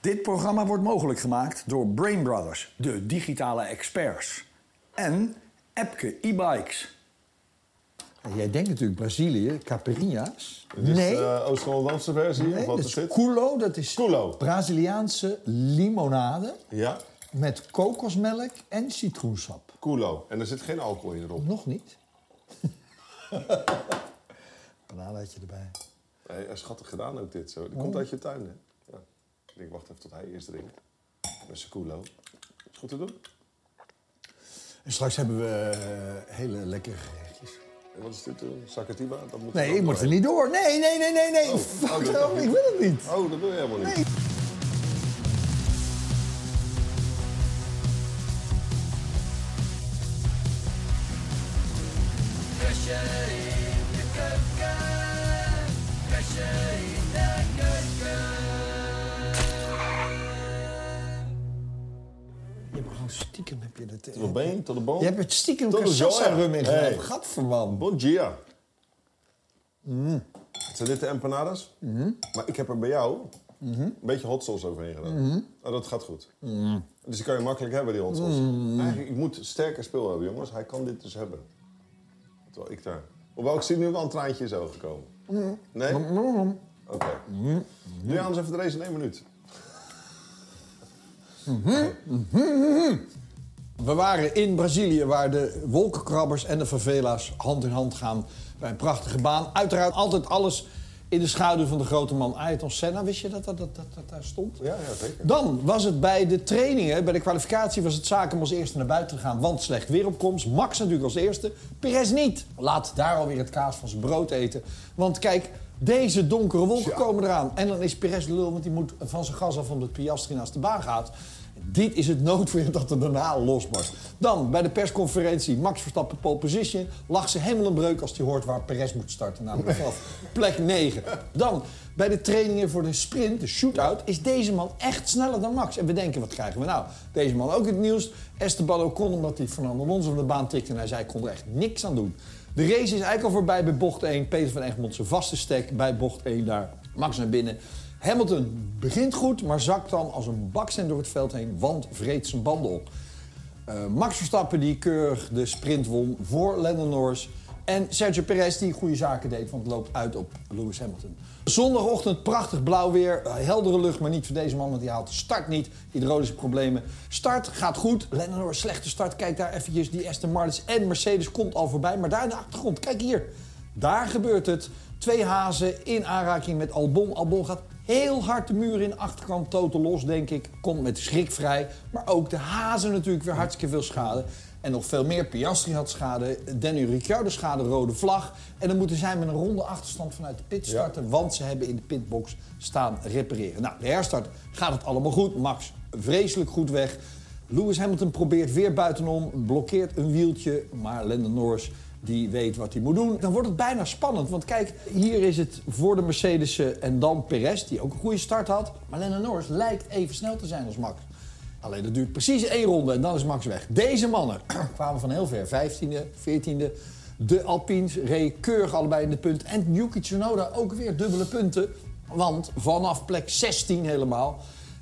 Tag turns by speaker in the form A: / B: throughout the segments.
A: Dit programma wordt mogelijk gemaakt door Brain Brothers, de digitale experts. En Epke e-bikes.
B: Jij denkt natuurlijk Brazilië, Caipirinha's.
C: Dit is
B: nee,
C: de eh, Oost-Hollandse versie,
B: nee,
C: of wat
B: dat
C: is
B: is
C: dit?
B: culo, dat is
C: Culo.
B: Braziliaanse limonade
C: Ja,
B: met kokosmelk en citroensap.
C: culo. En er zit geen alcohol in erop.
B: Nog niet. Bananaatje erbij.
C: Hey, eh, schattig gedaan ook dit zo. Die
B: Oh.
C: komt uit je tuin, hè? Ja. Ik denk, wacht even tot hij eerst drinkt. Met zijn culo. Is goed te doen?
B: En straks hebben we eh, hele lekkere gerechtjes.
C: En wat is dit? eh, Sakatiba? Dat moet
B: Nee,
C: ook
B: ik moet er niet door. Nee, nee, nee, nee, nee. Fuck,
C: oh, dat-
B: no, ik wil het niet.
C: doorheen. Oh, dat wil je helemaal niet.
B: Nee. Je hebt gewoon stiekem heb je dat... eh? Oh.
C: Tot de been, tot de boom.
B: Je hebt het stiekem
C: Tot de
B: cassassa
C: joia.
B: rum in gedaan.
C: Hey.
B: Gadverman.
C: Bon dia. Mm. Zijn dit de empanadas? Maar ik heb er bij jou een beetje hot sauce overheen gedaan. Oh, dat gaat goed. Dus die kan je makkelijk hebben, die hot sauce. Eigenlijk, ik moet sterker speel hebben, jongens. Hij kan dit dus hebben. Terwijl ik daar... Hoewel, ik zie nu wel een traantje is overgekomen. Nee? Oké. Doe je anders even de race in één minuut.
B: We waren in Brazilië, waar de wolkenkrabbers en de favela's hand in hand gaan bij een prachtige baan. Uiteraard altijd alles in de schaduw van de grote man Ayrton Senna. Wist je dat dat, dat, dat, dat daar stond?
C: Ja, ja, zeker.
B: Dan was het bij de trainingen, bij de kwalificatie was het zaak om als eerste naar buiten te gaan. Want slecht weer op komst. Max natuurlijk als eerste. Perez niet. Laat daar alweer het kaas van zijn brood eten. Want kijk, deze donkere wolken
C: Ja.
B: komen eraan. En dan is Perez de lul, want die moet van zijn gas af omdat Piastri naast de baan gaat. Dit is het noodweer dat er daarna losbarst. Dan bij de persconferentie Max Verstappen pole position. Lag ze helemaal een breuk als hij hoort waar Perez moet starten. Namelijk vanaf plek 9. Dan bij de trainingen voor de sprint, de shootout, is deze man echt sneller dan Max. En we denken, wat krijgen we nou? Deze man ook in het nieuws. Esteban Ocon, omdat hij Fernando Alonso van de baan tikte en hij zei, ik kon er echt niks aan doen. De race is eigenlijk al voorbij bij bocht 1. Peter van Egmond zijn vaste stek bij bocht 1 daar. Max naar binnen. Hamilton begint goed, maar zakt dan als een baksteen door het veld heen, want vreet zijn banden op. Eh, Max Verstappen die keurig de sprint won voor Lando Norris. En Sergio Perez die goede zaken deed, want het loopt uit op Lewis Hamilton. Zondagochtend prachtig blauw weer, eh, heldere lucht, maar niet voor deze man, want die haalt de start niet. Hydraulische problemen. Start gaat goed, Lando Norris slechte start. Kijk daar eventjes, die Aston Martins en Mercedes komt al voorbij. Maar daar in de achtergrond, kijk hier, daar gebeurt het. Twee hazen in aanraking met Albon. Albon gaat heel hard de muur in. Achterkant totaal los, denk ik. Komt met schrik vrij. Maar ook de hazen natuurlijk weer hartstikke veel schade. En nog veel meer. Piastri had schade. Danny Ricciardo schade, rode vlag. En dan moeten zij met een ronde achterstand vanuit de pit starten. Want ze hebben in de pitbox staan repareren. Nou, de herstart gaat het allemaal goed. Max vreselijk goed weg. Lewis Hamilton probeert weer buitenom, blokkeert een wieltje, maar Lando Norris die weet wat hij moet doen. Dan wordt het bijna spannend, want kijk, hier is het voor de Mercedes eh, en dan Perez, die ook een goede start had. Maar Lando Norris lijkt even snel te zijn als Max. Alleen dat duurt precies één ronde en dan is Max weg. Deze mannen kwamen van heel ver, 15e, 14e. De Alpines reed keurig allebei in de punten. En Yuki Tsunoda ook weer dubbele punten, want vanaf plek 16 helemaal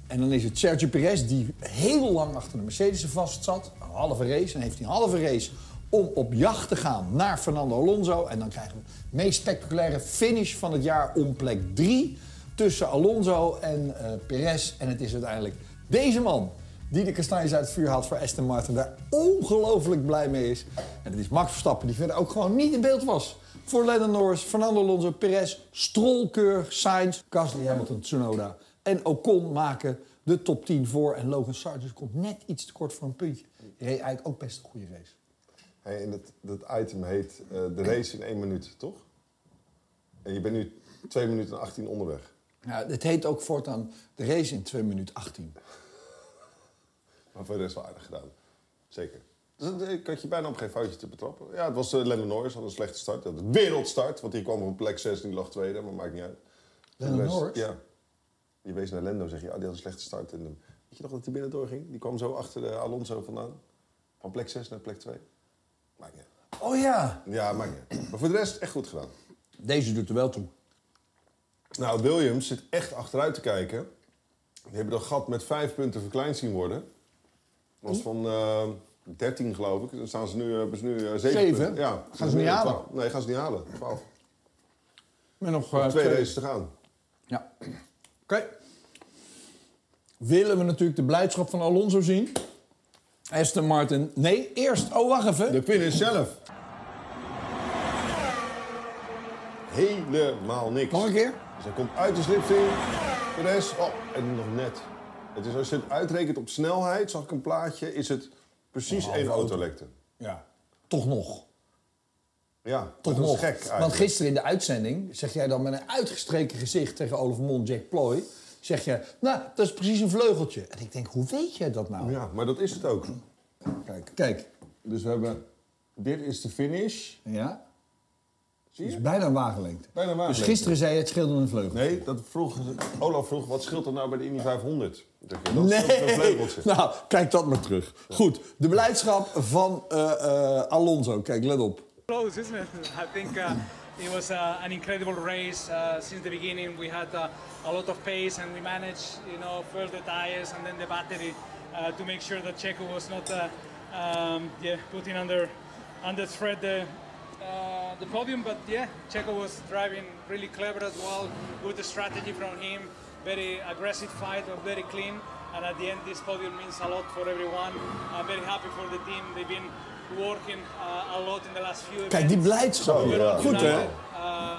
B: en dan is het Sergio Perez die heel lang achter de Mercedes vast zat. Een halve race. En heeft die halve race om op jacht te gaan naar Fernando Alonso. En dan krijgen we de meest spectaculaire finish van het jaar om plek 3. Tussen Alonso en eh, Perez. En het is uiteindelijk deze man die de kastanjes uit het vuur haalt voor Aston Martin. Daar ongelooflijk blij mee is. En het is Max Verstappen die verder ook gewoon niet in beeld was. Voor Lando Norris, Fernando Alonso, Perez, Stroll, Keur, Sainz, Gasly, Hamilton, Tsunoda en Ocon maken de top 10 voor. En Logan Sargent komt net iets te kort voor een puntje. Die reed eigenlijk ook best een goede race.
C: Hey, en dat, dat item heet eh, de race in één minuut, toch? En je bent nu 2 minuten en 18 onderweg.
B: Ja, het heet ook voortaan de race in 2 minuten 18.
C: Maar voor de rest wel aardig gedaan. Zeker. Dus dat- ik had je bijna op geen foutje te betrappen. Ja, het was uh, Lennon Norris, had een slechte start. Hij Had een wereldstart, want die kwam op plek 6 en die lag tweede, maar maakt niet uit.
B: Lennon
C: De rest-
B: Norris?
C: Ja. Je wees naar Lendo, zeg je, ah, die had een slechte start. En, eh, weet je nog dat hij binnen doorging? Die kwam zo achter de Alonso vandaan. Van plek 6 naar plek 2. Maakt niet uit.
B: Oh ja,
C: Ja, maakt niet uit. Maar voor de rest, echt goed gedaan.
B: deze doet er wel toe.
C: Nou, Williams zit echt achteruit te kijken. Die hebben dat gat met vijf punten verkleind zien worden. Dat
B: Hm?
C: was van eh 13 geloof ik. Dan staan ze nu, hebben ze nu eh, zeven
B: Zeven?
C: punten. Ja,
B: Gaan ze niet
C: meer dan
B: halen?
C: 12. Nee, gaan ze niet halen. 12.
B: Met nog eh,
C: Twee races te gaan.
B: Ja. Oké. Willen we natuurlijk de blijdschap van Alonso zien? Aston Martin. Nee, eerst. Oh, wacht even.
C: De finish zelf. Helemaal niks.
B: Nog een keer.
C: Dus hij komt uit de slipstream. Perez, oh, en nog net. Het is als je het uitrekent op snelheid, zag ik een plaatje, is het precies één autolekte.
B: Ja. Toch nog.
C: Ja,
B: Toch
C: dat
B: nog.
C: is gek eigenlijk.
B: Want gisteren in de uitzending zeg jij dan met een uitgestreken gezicht tegen Olaf Mond, Jack Ploy. Zeg je, nou, dat is precies een vleugeltje. En ik denk, hoe weet jij dat nou?
C: Ja, maar dat is het ook.
B: Kijk. Kijk.
C: Dus we hebben, dit is de finish.
B: Ja.
C: Zie
B: Het
C: je?
B: is bijna een wagenlengte.
C: Bijna een wagenlengte.
B: Dus gisteren zei je, het scheelde een vleugel.
C: Nee, dat vroeg, Olaf vroeg, wat scheelt er nou bij de Indy 500? Ik dacht, ja, Dat scheelt een
B: Nee.
C: vleugeltje.
B: Nou, kijk dat maar terug. Goed, de beleidschap van eh, eh, Alonso. Kijk, let op.
D: close, isn't it? I think uh, it was uh, an incredible race uh, since the beginning. We had uh, a lot of pace, and we managed, you know, first the tires and then the battery uh, to make sure that Checo was not, uh, um, yeah, putting under under threat the uh, the podium. But yeah, Checo was driving really clever as well. Good strategy from him. Very aggressive fight, but very clean. And at the end, this podium means a lot for everyone. I'm very happy for the team. They've been working uh, a lot in the last few
B: Kijk, die blijdschap.
C: Zo, ja.
B: Nou, Goed, hè?
D: uh,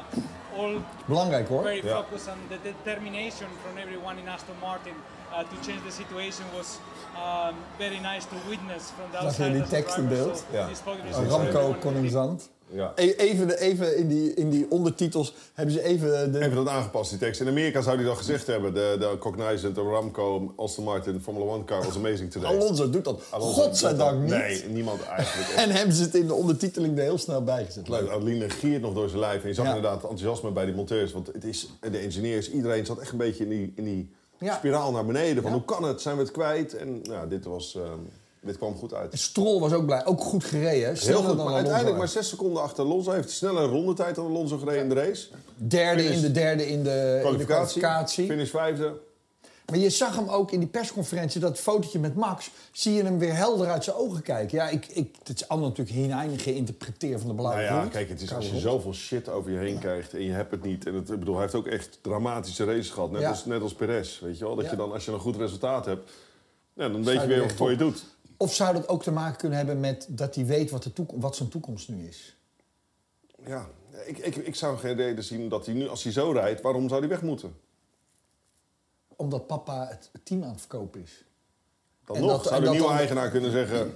D: all
B: Belangrijk, hoor.
D: very focused on the determination from everyone in Aston Martin uh, to change the situation was um, very nice to witness from the
B: je
D: outside.
B: die
D: as a
B: tekst in
D: driver,
B: beeld?
D: so
C: Ja.
D: this podium is
C: Ramco
D: for everyone
B: Ramco
D: in the team.
B: Koningsand.
C: Ja.
B: E- Even, even in, die, in die ondertitels hebben ze even de...
C: Even dat aangepast, die tekst. In Amerika zou die dat gezegd hebben. De, de Cognizant, de Ramco, Aston Martin, Formula One car was amazing today.
B: Alonso doet dat.
C: Alonso
B: Godzijdank niet.
C: Nee, niemand eigenlijk.
B: En hebben ze het in de ondertiteling er heel snel bij gezet. Leuk.
C: Leuk. Adeline giert nog door zijn lijf. En je zag
B: Ja.
C: inderdaad enthousiasme bij die monteurs. Want het is, en de engineers, iedereen zat echt een beetje in die, in die
B: Ja.
C: spiraal naar beneden. Van
B: Ja.
C: hoe kan het? Zijn we het kwijt? En ja, dit, was, ehm, dit kwam goed uit.
B: Strol was ook blij. Ook goed gereden. hè? Sneller
C: Heel goed,
B: dan
C: maar
B: Alonso.
C: uiteindelijk maar zes seconden achter Alonso. Hij heeft sneller rondetijd dan Alonso gereden in de race.
B: Derde in
C: finish.
B: de derde in de in de
C: Kwalificatie,
B: kwalificatie.
C: finish vijfde.
B: Maar je zag hem ook in die persconferentie, dat fotootje met Max. Zie je hem weer helder uit zijn ogen kijken. Ja, ik, ik, het is allemaal natuurlijk hinein geïnterpreteerd van de
C: Nou
B: belangrijke
C: ja, kijk, het is, als je zoveel shit over je heen krijgt en je hebt het niet. En het, ik bedoel, hij heeft ook echt dramatische races gehad. Net,
B: Ja.
C: als, net als Perez, weet je wel. Dat
B: Ja.
C: je dan, als je een goed resultaat hebt, ja, dan weet je
B: je
C: weer
B: weer
C: wat het voor je doet.
B: Of zou dat ook te maken kunnen hebben met dat hij weet wat, de toekom- wat zijn toekomst nu is?
C: Ja, ik, ik, ik zou geen reden zien dat hij nu, als hij zo rijdt, waarom zou hij weg moeten?
B: Omdat papa het team aan het verkopen is.
C: Dan
B: En
C: nog
B: dat- en
C: zou de
B: dat
C: nieuwe
B: dan-
C: eigenaar kunnen zeggen,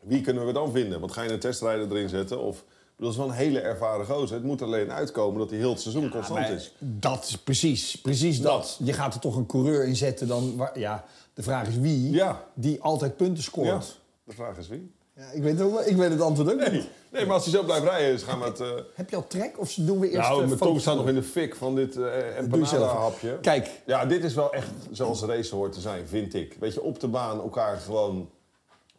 C: wie kunnen we dan vinden? Want ga je een testrijder erin zetten? Of, ik bedoel, dat is wel een hele ervaren gozer. Het moet alleen uitkomen dat hij heel het seizoen constant
B: Maar
C: is.
B: Dat is precies, precies dat. Je gaat er toch een coureur in zetten dan... waar- ja, de vraag is wie
C: Ja.
B: die altijd punten
C: Ja,
B: scoort.
C: de vraag is wie?
B: Ja. ik, weet het ook, wel- ik weet het antwoord ook niet.
C: Nee, nee, maar als hij zo blijft rijden, is gaan we het... eh,
B: Heb je al trek of doen we eerst...
C: Nou,
B: eh,
C: mijn
B: foto's?
C: tong staat nog in de fik van dit eh
B: Doe zelf.
C: empanada-hapje.
B: Kijk.
C: Ja, dit is wel echt zoals een race hoort te zijn, vind ik. Weet je, op de baan elkaar gewoon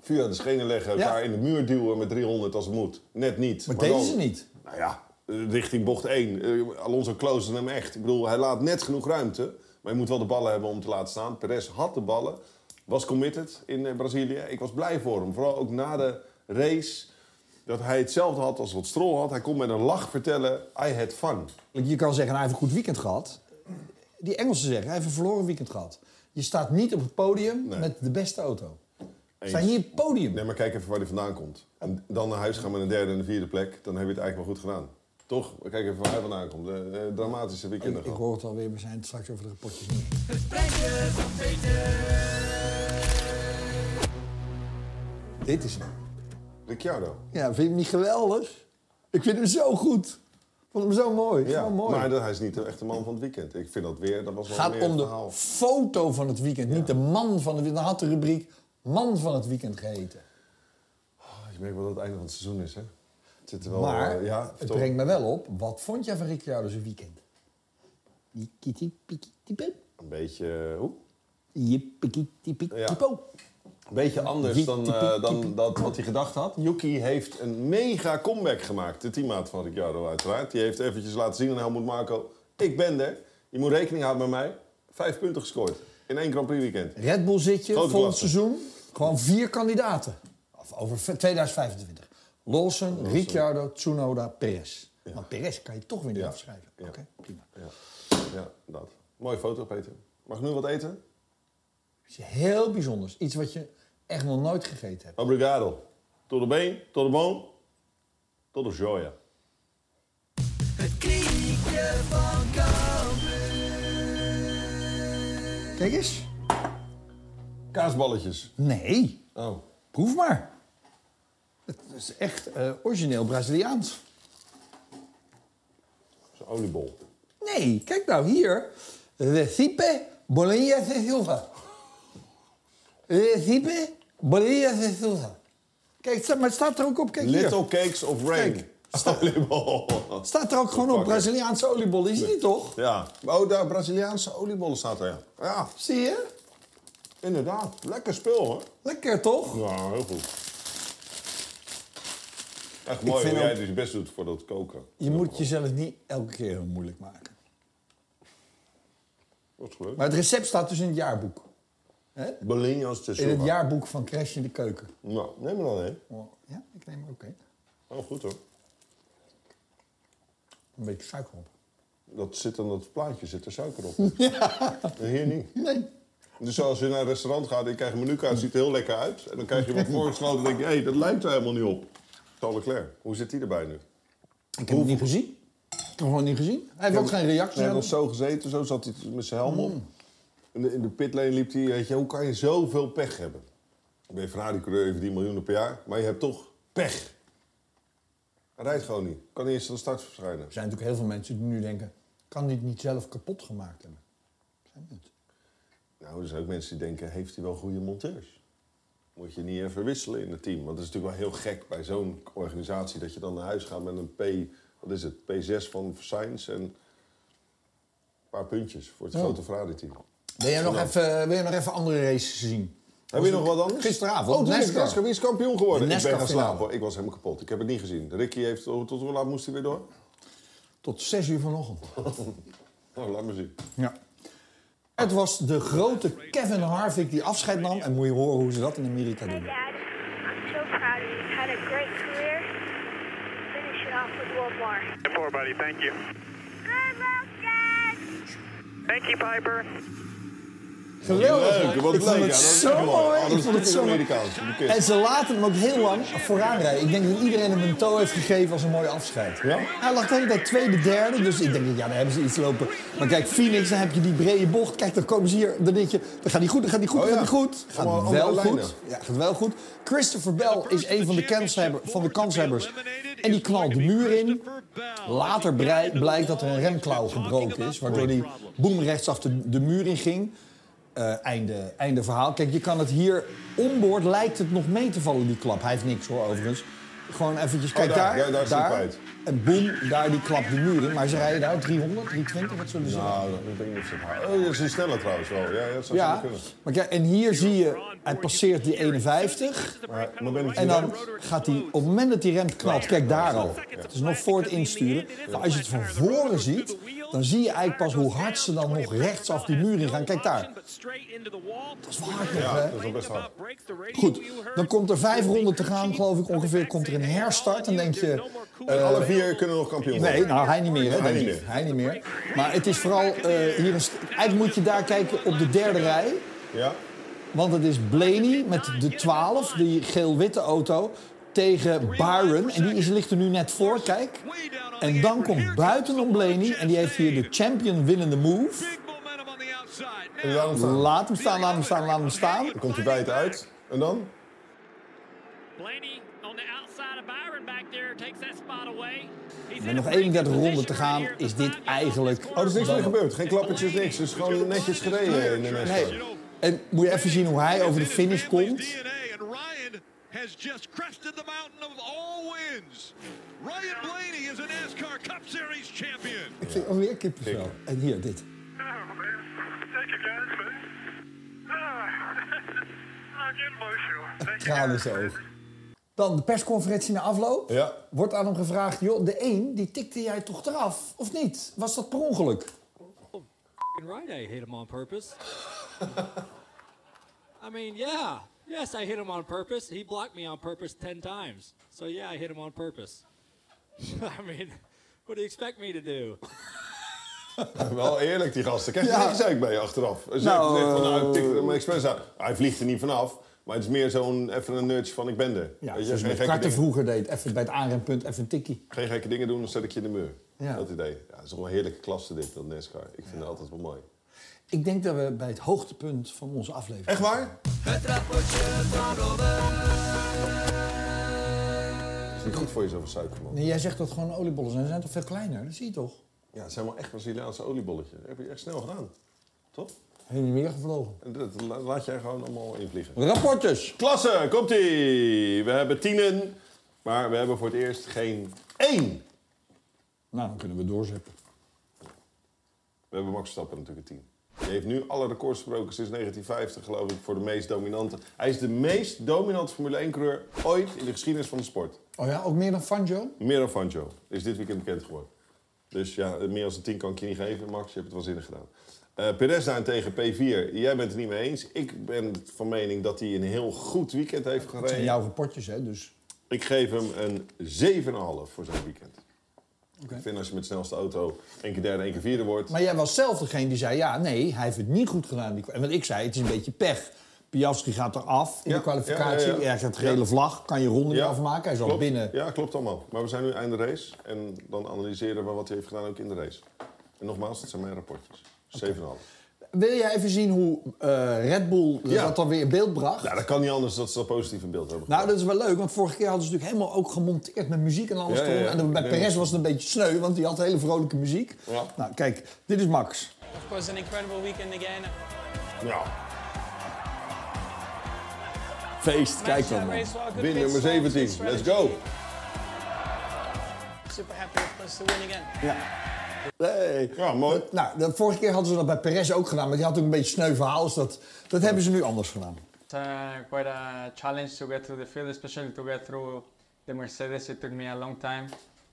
C: vuur aan de schenen leggen.
B: Ja.
C: Elkaar in de muur duwen met 300 als het moet. Net niet.
B: Maar deden
C: dan-
B: ze niet.
C: Nou ja, eh, richting bocht 1. Eh, Alonso close hem echt. Ik bedoel, hij laat net genoeg ruimte. Maar je moet wel de ballen hebben om te laten staan. Perez had de ballen. Was committed in eh, Brazilië. Ik was blij voor hem. Vooral ook na de race. Dat hij hetzelfde had als wat Stroll had. Hij kon met een lach vertellen, I had fun.
B: Je kan zeggen, hij heeft een goed weekend gehad. Die Engelsen zeggen, hij heeft een verloren weekend gehad. Je staat niet op het podium
C: Nee.
B: met de beste auto.
C: Eens.
B: Sta je niet op het podium?
C: Nee, maar kijk even waar hij vandaan komt. En dan naar huis gaan met een derde en een vierde plek. Dan heb je het eigenlijk wel goed gedaan. Toch? Kijk even waar hij vandaan komt. De, eh, dramatische weekenden
B: ik, ik
C: gehad.
B: hoor het alweer, we zijn het straks over de rapportjes. niet. Dit is hem.
C: Ricciardo.
B: Ja, vind je hem niet geweldig? Ik vind hem zo goed. Ik vond hem zo mooi.
C: Ja,
B: zo mooi.
C: maar dat, hij is niet de echte man van het weekend. Ik vind dat weer, dat was wel
B: Het gaat
C: meer
B: om
C: het
B: de
C: verhaal.
B: foto van het weekend, niet de man van het weekend. Dan had de rubriek man van het weekend geheten.
C: Je merkt Ah, wel dat het einde van het seizoen is, hè? Het zit er wel...
B: maar
C: eh, ja,
B: het
C: toch?
B: brengt me wel op, wat vond jij van Ricciardo zijn weekend? Jippiekietipikitipo.
C: Een beetje... eh, Hoe?
B: Jippiekietipikipo.
C: Een beetje anders dan, eh, dan dat wat hij gedacht had. Yuki heeft een mega comeback gemaakt. De teammaat van Ricciardo uiteraard. Die heeft eventjes laten zien aan Helmut Marco... Ik ben er. Je moet rekening houden met mij. Vijf punten gescoord. In één Grand Prix weekend.
B: Red Bull zit je
C: Grote
B: volgend
C: klasse.
B: seizoen. Gewoon vier kandidaten. Of over v- 2025. Lawson, Ricciardo, Tsunoda, Perez. Maar Perez kan je toch weer niet
C: Ja.
B: afschrijven.
C: Ja.
B: Oké, prima.
C: Ja. ja, dat. Mooie foto, Peter. Mag ik nu wat eten?
B: Iets heel bijzonders. Iets wat je echt nog nooit gegeten hebt.
C: Obrigado. Tot de been, tot de boom, tot de joia.
B: Kijk eens.
C: Kaasballetjes.
B: Nee,
C: Oh.
B: proef maar. Het is echt eh, origineel Braziliaans.
C: Dat is een oliebol.
B: Nee, kijk nou hier. Recipe Bolivia de Silva. Recipe Bolivia de Silva. Kijk, het staat- maar het staat er ook op. Kijk hier.
C: Little cakes of rain. Oliebol.
B: Het staat er ook gewoon op.
C: Pakken.
B: Braziliaanse oliebol, die is niet toch?
C: Ja. Oh, daar Braziliaanse oliebollen staat er. ja. Ja,
B: Zie je?
C: inderdaad. Lekker spul, hoor.
B: Lekker toch?
C: Ja, heel goed. Echt mooi
B: vind
C: hoe jij
B: ook-
C: dus je best doet voor dat koken.
B: Je moet jezelf niet elke keer heel moeilijk maken.
C: Dat is gelukt.
B: Maar het recept staat dus in het jaarboek.
C: Bolinas de
B: In het
C: Silva.
B: jaarboek van Crash in de Keuken.
C: Nou, neem er dan een.
B: Oh, Ja, ik neem oké.
C: Oh, goed hoor.
B: Een beetje suiker op.
C: Dat zit aan dat plaatje, zit er suiker op. Ja. En hier niet.
B: Nee.
C: Dus als je naar een restaurant gaat en je krijgt een menukaart, ziet er heel lekker uit. En dan krijg je wat voorgeschoten en denk je, hé, hey, dat lijkt er helemaal niet op. Charles Leclerc, hoe zit die erbij nu?
B: Ik heb het niet gezien. Ik heb het gewoon niet gezien. Hij heeft ook geen reactie.
C: Hij
B: aan. Mm.
C: had nog zo gezeten, zo zat hij met zijn helm op. In de, in de pitlane liep hij, weet je, hoe kan je zoveel pech hebben? Ik ben Ferrari-coureur, je verdient miljoenen per jaar, maar je hebt toch pech. Hij rijdt gewoon niet. Kan niet eens aan de start verschijnen.
B: Er zijn natuurlijk heel veel mensen die nu denken... kan dit niet zelf kapot gemaakt hebben? Zijn het.
C: Nou, er zijn ook mensen die denken, heeft hij wel goede monteurs? Moet je niet even wisselen in het team? Want het is natuurlijk wel heel gek bij zo'n organisatie... dat je dan naar huis gaat met een P... Wat is het? P6 van Science en... een paar puntjes voor het grote Ferrari-team.
B: Wil jij nog even, wil je nog even andere races zien?
C: Heb je nog wat anders?
B: Gisteravond,
C: Oh, natuurlijk.
B: NASCAR.
C: NASCAR. Wie is kampioen geworden?
B: De
C: Ik ben gaan
B: NASCAR-finale.
C: slapen. hoor. Ik was helemaal kapot. Ik heb het niet gezien. Ricky heeft... oh, Tot hoe laat moest hij weer door?
B: Tot zes uur vanochtend.
C: Oh, laat me zien.
B: Ja. Het was de grote Kevin Harvick die afscheid nam. En moet je horen hoe ze dat in Amerika
E: Hi,
B: doen.
E: Dad. I'm so proud of you. You've had a great career. Finish it off with World War.
F: Four, buddy. Thank you.
E: Good luck, Dad.
F: Thank you, Piper.
B: Geweldig.
C: Leuk, wat
B: ik vond het
C: leuk, ja, dat is
B: zo
C: echt mooi.
B: mooi.
C: Oh, dat
B: Ik
C: is
B: vond het
C: typisch
B: zo mooi.
C: Amerikaans, die kist.
B: En ze laten hem ook heel lang vooraan rijden. Ik denk dat iedereen hem een toe heeft gegeven als een mooi afscheid.
C: Ja?
B: Hij lag de hele tijd tweede, derde. Dus ik denk, ja, daar hebben ze iets lopen. Maar kijk, Phoenix, dan heb je die brede bocht. Kijk, dan komen ze hier. Dan denk je, dan gaat die goed, dan gaat die goed,
C: Oh
B: dan gaat
C: ja.
B: die goed. Gaat
C: Allemaal
B: wel
C: andere lijnen.
B: goed. Ja, gaat wel goed. Christopher Bell is een van de kanshebber, van de kanshebbers. En die knalt de muur in. Later brei- blijkt dat er een remklauw gebroken is, waardoor die boem rechtsaf de, de muur in ging. Eh, einde, einde verhaal. Kijk, je kan het hier onboord lijkt het nog mee te vallen, die klap. Hij heeft niks hoor, overigens. Gewoon eventjes, kijk
C: Oh, daar.
B: daar,
C: Ja, daar is hij kwijt.
B: En boem, daar die klap de muur in. Maar ze rijden daar 300, 320, wat zullen ze
C: Nou, dat weet ik niet of ze het halen. Oh, dat is een snelle trouwens wel. Ja, ja, dat zou ja.
B: Ja,
C: kunnen.
B: maar kijk, en hier zie je, hij passeert die 51.
C: Maar, maar ben ik
B: En
C: niet
B: dan
C: uit?
B: gaat hij, op het moment dat die rem knalt, kijk daar al. Het is nog voor het insturen. Maar als je het van voren ziet, dan zie je eigenlijk pas hoe hard ze dan nog rechtsaf die muur in gaan. Kijk daar.
G: Dat is
B: wel hard nog,
G: ja,
B: hè?
G: Dat is wel best hard.
B: Goed, dan komt er vijf ronden te gaan, geloof ik ongeveer. Komt er een herstart, dan denk je... eh,
C: Alle vier kunnen nog kampioen worden.
B: Nee, nou hij niet meer. Hè,
C: Hij
B: denk
C: niet
B: ik.
C: meer.
B: hij niet meer. Maar het is vooral eh, hier een st- Eigenlijk moet je daar kijken op de derde rij.
C: Ja?
B: Want het is Blaney met de 12, die geel-witte auto, tegen Byron. En die is, ligt er nu net voor, kijk. En dan komt buitenom Blaney en die heeft hier de champion winnende move.
C: En daarom staan.
B: Laat hem staan, laat hem staan, laat hem staan.
C: Dan komt hij bij het uit. En dan?
G: Blaney on the outside of Byron back there takes that spot away. He's
B: Met
G: in
B: nog
G: a
B: 31
G: pretty good
B: ronden te
G: position
B: gaan
G: right here
B: is
G: at the
B: dit
G: five.
B: eigenlijk...
G: Oh,
C: Oh, er is niks meer
B: gebeurd.
C: gebeurd. Geen klappertjes, niks. Het is gewoon netjes gereden in de nest.
B: Nee. En moet je even zien hoe hij over de finish komt.
H: Has just crested the mountain of all wins. Ryan Blaney is a NASCAR Cup Series champion.
B: Ik vind oh, alweer kippenvel. En hier, dit.
F: Oh, man. Thank you, guys, man. Oh, I get emotional. Thank you,
B: Tranen in
F: guys.
B: zijn ogen. Dan de persconferentie na afloop.
C: Ja.
B: Wordt aan hem gevraagd, joh, de één, die tikte jij toch eraf, of niet? Was dat per ongeluk?
I: Right, I hit him on purpose.
G: I mean, yeah. Yes, I hit him on purpose. He blocked me on purpose 10 times. So, yeah, I hit him on purpose. I mean, what do you expect me to do?
C: Wel eerlijk, die gasten. Krijg je
B: Ja.
C: niks uit bij je achteraf. Als je
B: Nou,
C: zegt van, nou, ik tik
B: eh,
C: hem expres aan. Hij vliegt er niet vanaf. Maar het is meer zo'n even een nudge van ik ben er.
B: Ja,
C: Weet je,
B: zoals
C: geen,
B: met
C: gekke
B: karten
C: dingen,
B: vroeger deed. Even bij het aanrempunt, even een tikkie.
C: geen gekke dingen doen, dan zet ik je in de muur.
B: Ja.
C: Dat idee. Ja, het is toch wel een heerlijke klasse dit, dat NASCAR. Ik vind het altijd wel mooi.
B: Ik denk dat we bij het hoogtepunt van onze aflevering...
C: Echt waar? Het is niet goed voor je zoveel suiker, man.
B: Nee, jij zegt dat gewoon oliebollen zijn. Ze zijn toch veel kleiner? Dat zie je toch?
C: Ja, het zijn wel echt Braziliaanse oliebolletje. Dat heb je echt snel gedaan. Toch?
B: Heen en weer gevlogen.
C: En dat la- laat jij gewoon allemaal invliegen.
B: Rapportjes.
C: Klasse, komt ie! We hebben tienen, maar we hebben voor het eerst geen één.
B: Nou, dan kunnen we doorzetten.
C: We hebben Max Verstappen natuurlijk een tien. Die heeft nu alle records verbroken sinds 1950, geloof ik, voor de meest dominante. Hij is de meest dominante Formule 1-coureur ooit in de geschiedenis van de sport.
B: Oh ja, ook meer dan Fangio?
C: Meer dan Fangio. Is dit weekend bekend geworden. Dus ja, meer dan een 10 kan ik je niet geven, Max. Je hebt het wel zinnig gedaan. Eh Perez daarentegen, P4. Jij bent het niet mee eens. Ik ben van mening dat hij een heel goed weekend heeft
B: Dat zijn
C: gereden.
B: jouw rapportjes, hè? Dus
C: Ik geef hem een 7,5 voor zijn weekend. Ik vind als je met de snelste auto één keer derde, één keer vierde wordt.
B: Maar jij was zelf degene die zei, ja, nee, hij heeft het niet goed gedaan. Die- Want ik zei, het is een beetje pech. Piastri gaat eraf in
C: Ja,
B: de kwalificatie.
C: ja, ja, ja.
B: Hij krijgt gele vlag, kan je ronde niet afmaken. Hij is al
C: klopt.
B: binnen.
C: Ja, klopt allemaal. Maar we zijn nu einde race. En dan analyseren we wat hij heeft gedaan ook in de race. En nogmaals, dat zijn mijn rapportjes. 7,5.
B: Wil jij even zien hoe eh, Red Bull
C: Ja.
B: dat dan weer in beeld bracht?
C: Ja, Nou, dat kan niet anders dat ze dat positief in beeld hebben.
B: Nou, dat is wel leuk, want vorige keer hadden ze natuurlijk helemaal ook gemonteerd met muziek en alles.
C: Ja, ja, ja.
B: eronder. En dan bij
C: Ja.
B: Perez was het een beetje sneu, want die had hele vrolijke muziek.
C: Ja.
B: Nou, kijk, dit is Max.
I: Of course, an incredible weekend again.
C: Ja,
B: Feest,
I: Managed
B: kijk dan.
I: that
B: man.
I: race well, good
C: win
I: pit
C: nummer
I: stops, good
C: 17. Let's
I: strategy.
C: go.
I: Super happy, of course, to win again.
B: Nee.
C: Ja, mooi.
B: Nou, de vorige keer hadden ze dat bij Perez ook gedaan, maar die had ook een beetje sneu verhaal. Dus dat, dat hebben ze nu anders gedaan.
I: It's uh, quite a challenge to get through the field, especially to get through the Mercedes. It took me a long time.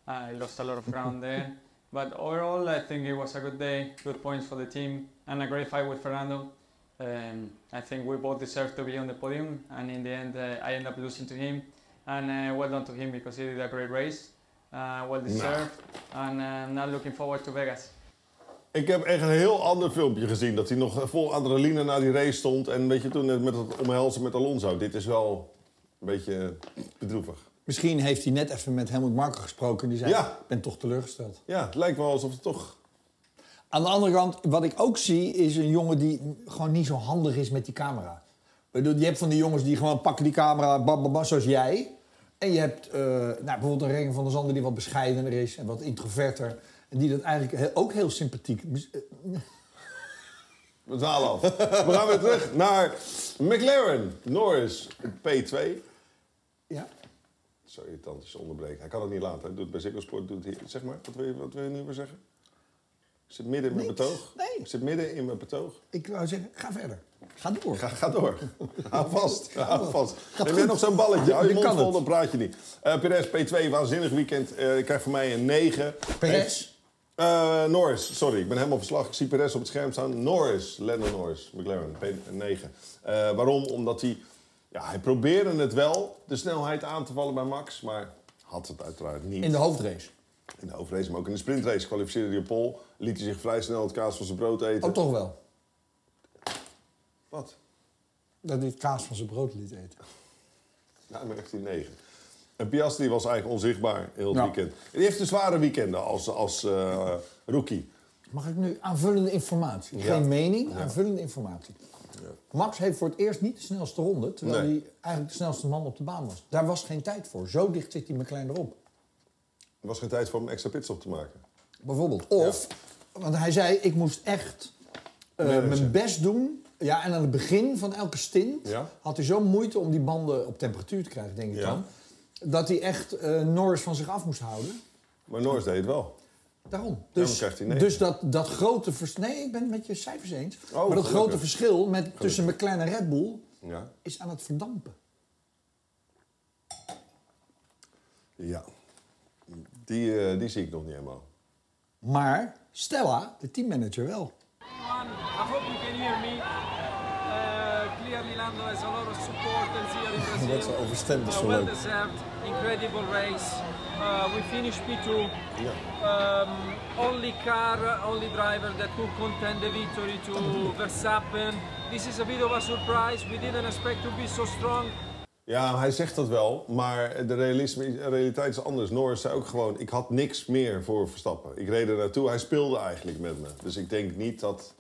I: I lost a lot of ground there. But overall, I think it was a good day, good points for the team, and a great fight with Fernando. Um, I think we both deserve to be on the podium, and in the end, uh, I end up losing to him. And uh, well done to him because he did a great race, uh, well deserved, and uh, now looking forward to Vegas.
C: Ik heb echt een heel ander filmpje gezien. Dat hij nog vol adrenaline na die race stond. En weet je, toen net met het omhelzen met Alonso. Dit is wel een beetje bedroevig.
B: Misschien heeft hij net even met Helmut Marko gesproken. en Die zei,
C: Ja.
B: ik ben toch teleurgesteld.
C: Ja, het lijkt wel alsof het toch...
B: Aan de andere kant, wat ik ook zie, is een jongen die gewoon niet zo handig is met die camera. Ik bedoel, Je hebt van die jongens die gewoon pakken die camera, bam, bam, bam, zoals jij. En je hebt eh, nou, bijvoorbeeld een Regen van der Zanden die wat bescheidener is en wat introverter. En die dat eigenlijk he- ook heel sympathiek... eh,
C: We dwalen af. We gaan weer terug naar McLaren. Norris, P2.
B: Ja,
C: Zo irritant is onderbreken. Hij kan het niet laten. Hij doet het bij Ziggo Sport. Doet hij, zeg maar, wat wil, je, wat wil je nu weer zeggen? Ik zit midden in mijn
B: Niks.
C: betoog.
B: Nee.
C: Ik zit midden in mijn betoog.
B: ik wou zeggen, ga verder. Ga door.
C: Ga, ga door. Hou vast. Hou vast.
B: Gaat
C: Heb je
B: goed.
C: nog zo'n balletje? Hou je
B: Je
C: mond
B: kan
C: vol,
B: het.
C: dan praat je niet. Eh Perez, P2, waanzinnig weekend. Eh ik krijg voor mij een 9.
B: Perez?
C: Eh, Norris, sorry, ik ben helemaal verslag. Ik zie Perez op het scherm staan. Norris, Lando Norris, McLaren, P9. Eh, waarom? Omdat hij... Ja, hij probeerde het wel, de snelheid aan te vallen bij Max, maar had het uiteraard niet.
B: In de hoofdrace.
C: In de hoofdrace, maar ook in de sprintrace kwalificeerde hij op pol. Liet hij zich vrij snel het kaas van zijn brood eten.
B: Oh, toch wel.
C: Wat?
B: Dat hij het kaas van zijn brood liet eten.
C: Ja, maar echt die negen. En Piastri was eigenlijk onzichtbaar heel het
B: Ja.
C: weekend. Die heeft een zware weekenden als, als eh, rookie.
B: Mag ik nu aanvullende informatie? Geen mening, aanvullende informatie. Max heeft voor het eerst niet de snelste ronde, terwijl
C: Nee.
B: hij eigenlijk de snelste man op de baan was. Daar was geen tijd voor. Zo dicht zit hij McLaren erop.
C: Er was geen tijd voor om extra pitstop te maken.
B: Bijvoorbeeld. Of, want hij zei, ik moest echt eh, mijn best doen. Ja, en aan het begin van elke stint
C: Ja.
B: had hij zo'n moeite om die banden op temperatuur te krijgen, denk ik
C: Ja.
B: dan. Dat hij echt eh, Norris van zich af moest houden.
C: Maar Norris deed het wel.
B: Daarom.
C: Daarom
B: Dus,
C: krijgt hij negen.
B: dus dat, dat grote verschil. Nee, ik ben het met je cijfers eens. maar dat
C: gelukkig.
B: grote verschil met, tussen McLaren en Red Bull
C: Ja.
B: is aan het verdampen.
C: ja. Die, eh, die zie ik nog niet helemaal.
B: Maar Stella, de teammanager, wel.
I: I hope you can hear me.
J: Uh, and there's a lot of supporters here in Brazil.
B: Wat een overstemd, dat is
J: Uh,
B: zo
J: well
B: leuk.
J: deserved, incredible race. Uh, we finished P2.
B: Ja.
J: Um, only car, uh, only driver that could contend the victory to Verstappen. This is a bit of a surprise. We didn't expect to be so strong.
C: Ja, hij zegt dat wel, maar de realisme, de realiteit is anders. Norris zei ook gewoon, ik had niks meer voor Verstappen. Ik reed er naartoe, hij speelde eigenlijk met me. Dus ik denk niet dat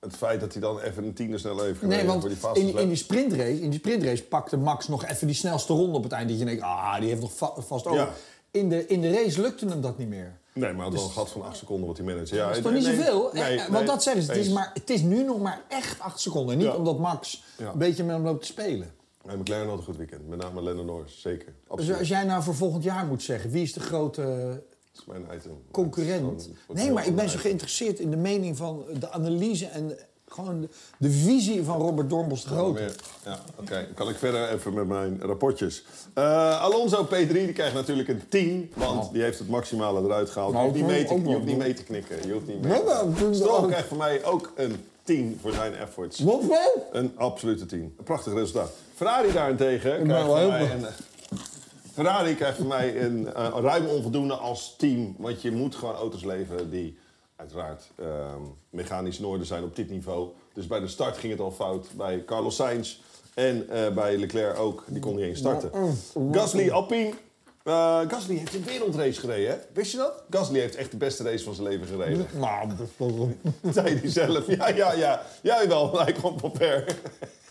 C: het feit dat hij dan even een tiende sneller heeft gereden...
B: Nee, want
C: voor die fastest
B: in,
C: lap-
B: in, die sprintrace, in die sprintrace pakte Max nog even die snelste ronde op het eind. Dat je denkt, ah, die heeft nog va- vast over.
C: Ja.
B: In, de, in de race lukte hem dat niet meer.
C: Nee, maar hij had wel een gat van acht seconden wat hij manager. Ja,
B: Dus- Dat is
C: het-
B: toch niet
C: nee,
B: zoveel?
C: nee,
B: Eh, eh,
C: nee,
B: want dat zeggen ze, het is,
C: eens.
B: maar, het is nu nog maar echt acht seconden. Niet
C: Ja.
B: omdat Max
C: Ja.
B: een beetje met hem loopt te spelen.
C: Nee, McLaren had een goed weekend. Met name Lennon Norris, zeker.
B: Dus
C: Absoluut.
B: als jij nou voor volgend jaar moet zeggen, wie is de grote
C: Dat is mijn item. Dat
B: concurrent?
C: is gewoon-
B: Nee, maar ik ben zo geïnteresseerd in de mening van de analyse en gewoon de, de visie van Robert Dornbos de Grote.
C: Weer. Ja, oké. Dan kan ik verder even met mijn rapportjes. Eh, Alonso P3 die krijgt natuurlijk een 10, want die heeft het maximale eruit gehaald.
B: Nou,
C: je, hoeft niet
B: ook
C: mee te,
B: nog.
C: je hoeft niet mee te knikken. Je hoeft niet mee
B: Nee, maar we doen
C: te...
B: dat
C: Stroll
B: ook.
C: krijgt van mij ook een 10 voor zijn efforts.
B: Wat wel?
C: Een absolute 10. Een prachtig resultaat. Ferrari daarentegen krijgt
B: Nou, wel
C: van
B: heel
C: mij een... Ferrari krijgt van mij een eh, ruim onvoldoende als team. Want je moet gewoon auto's leveren die uiteraard ehm, mechanisch noorden zijn op dit niveau. Dus bij de start ging het al fout bij Carlos Sainz. En eh, bij Leclerc ook. Die kon niet eens starten.
B: Mm,
C: Gasly, Alpine. Eh, Gasly heeft een wereldrace gereden, hè? Wist je dat? Gasly heeft echt de beste race van zijn leven gereden.
B: Maar,
C: Zei hij zelf. Ja, ja, ja. Jij wel, hij kwam op her.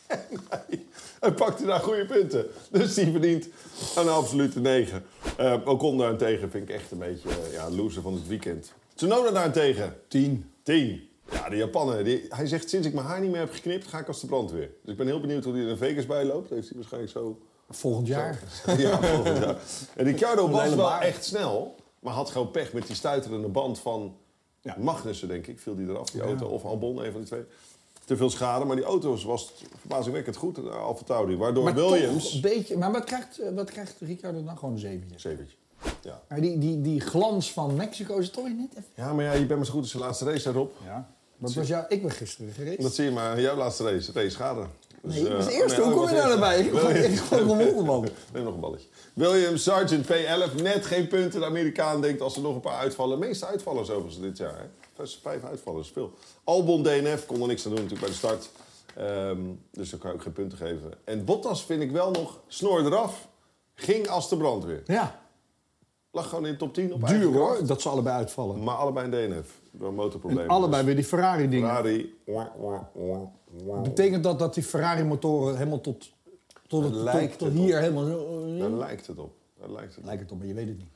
C: En hij- Hij pakte daar goede punten. Dus die verdient een absolute 9. Eh Ocon daarentegen vind ik echt een beetje eh, ja, loser van het weekend. Tsunoda daarentegen. 10. 10. Ja, de Japaner. Die, hij zegt, sinds ik mijn haar niet meer heb geknipt, ga ik als de brandweer. Dus ik ben heel benieuwd hoe hij er in Vegas bij loopt. Heeft hij waarschijnlijk zo...
B: volgend jaar.
C: Ja, volgend jaar. En Ricciardo was
B: hele
C: wel
B: baan.
C: echt snel, maar had gewoon pech met die stuiterende band van
B: Ja.
C: Magnussen, denk ik. Viel die eraf, die auto. Of Albon, een van die twee. Te veel schade, maar die auto was verbazingwekkend goed, de Alfa Tauri. Waardoor
B: Maar
C: Williams...
B: toch een beetje, maar wat krijgt, eh, wat krijgt Ricardo dan gewoon een zeventje?
C: Zeventje. Ja.
B: Maar die, die, die glans van Mexico is toch net even...
C: ja, maar ja, je bent maar zo goed als je laatste race daarop.
B: Ja. Wat was jou, ik ben gisteren
C: Dat
B: gereden.
C: zie je maar in jouw laatste race. Race schade. Dus,
B: Nee, ik was
C: eh,
B: eerste.
C: nee,
B: Hoe kom
C: ik
B: je daar
C: was eerste.
B: naar bij? Ik gooi-
C: Williams-
B: ik gooi gewoon een man.
C: Neem nog een balletje. William Sargent, P11. Net geen punten. De Amerikaan denkt als er nog een paar uitvallen. De meeste uitvallers overigens dit jaar. Hè? Vijf, vijf uitvallers, veel. Albon DNF kon er niks aan doen natuurlijk bij de start. Ehm, dus daar kan ik ook geen punten geven. En Bottas vind ik wel nog snor eraf. Ging als de brandweer.
B: Ja,
C: Lag gewoon in de top 10 op
B: duur
C: eigen
B: hoor,
C: kracht.
B: dat ze allebei uitvallen.
C: Maar allebei een DNF. Door motorproblemen.
B: Allebei weer die Ferrari
C: Dus
B: dingen.
C: Ferrari. wah, wah, wah, wah.
B: Betekent dat dat die Ferrari motoren helemaal tot, tot, het,
C: lijkt
B: tot, tot
C: het
B: hier
C: op.
B: helemaal zo... eh,
C: Daar lijkt het op. Daar lijkt het op.
B: Lijkt het op, maar je weet het niet.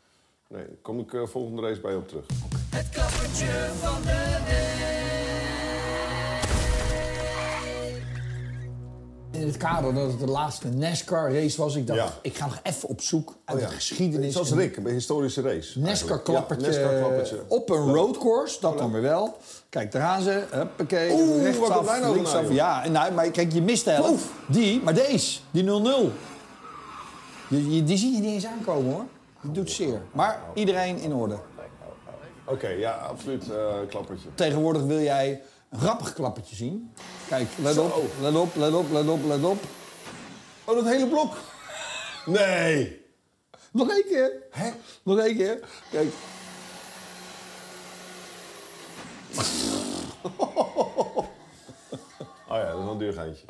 C: Nee, daar kom ik eh, volgende race bij je op terug.
B: In het kader dat het de laatste NASCAR race was, ik dacht,
C: Ja.
B: ik ga nog even op zoek uit
C: Oh Ja. Eh,
B: de geschiedenis.
C: Zoals
B: en- E
C: Rick, een historische race. eigenlijk.
B: NASCAR-klappertje
C: Ja, E NASCAR-klappertje.
B: eh, op een roadcourse, dat dan weer wel. Kijk, daar gaan ze. Huppakee,
C: Oeh, wat komt
B: rechtsaf,
C: daar nou
B: linksaf.
C: vandaan, joh?
B: ja, en nou, maar kijk, je mist de helft. Die, maar deze, die 0-0. Je- je- Die zie je niet eens aankomen, hoor. Die doet zeer. Maar iedereen in orde.
C: Oké, ja, absoluut eh, klappertje.
B: Tegenwoordig wil jij een grappig klappertje zien. Kijk, let op, let op, let op, let op, let op.
C: Oh, dat hele blok! Nee!
B: Nog één keer. Hè? Nog één keer. Kijk.
C: Oh ja, dat is wel een duur geintje.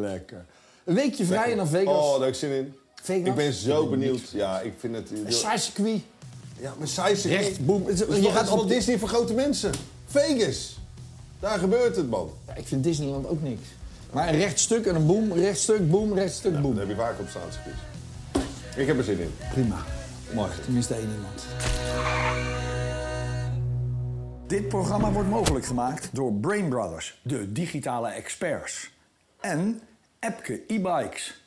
B: Lekker. Een weekje vrij en dan Vegas.
C: Oh, daar heb ik zin in.
B: Vegas?
C: Ik ben zo benieuwd. Ja, ik vind het...
B: Een saai circuit.
C: Ja, maar saai is-
B: Recht, boem. Het is-
C: Het is
B: je
C: wel-
B: gaat
C: het is wel
B: op-
C: Disney voor grote mensen. Vegas! Daar gebeurt het, man.
B: Ja, ik vind Disneyland ook niks. Maar een rechtstuk en een boom, rechtstuk, boom, rechtstuk,
C: Daar
B: boom.
C: heb je vaak op staan, circuits. Ik heb er zin in.
B: Prima. Mooi. Tenminste één iemand.
A: Dit programma wordt mogelijk gemaakt door Brain Brothers, de digitale experts. En Epke e-bikes.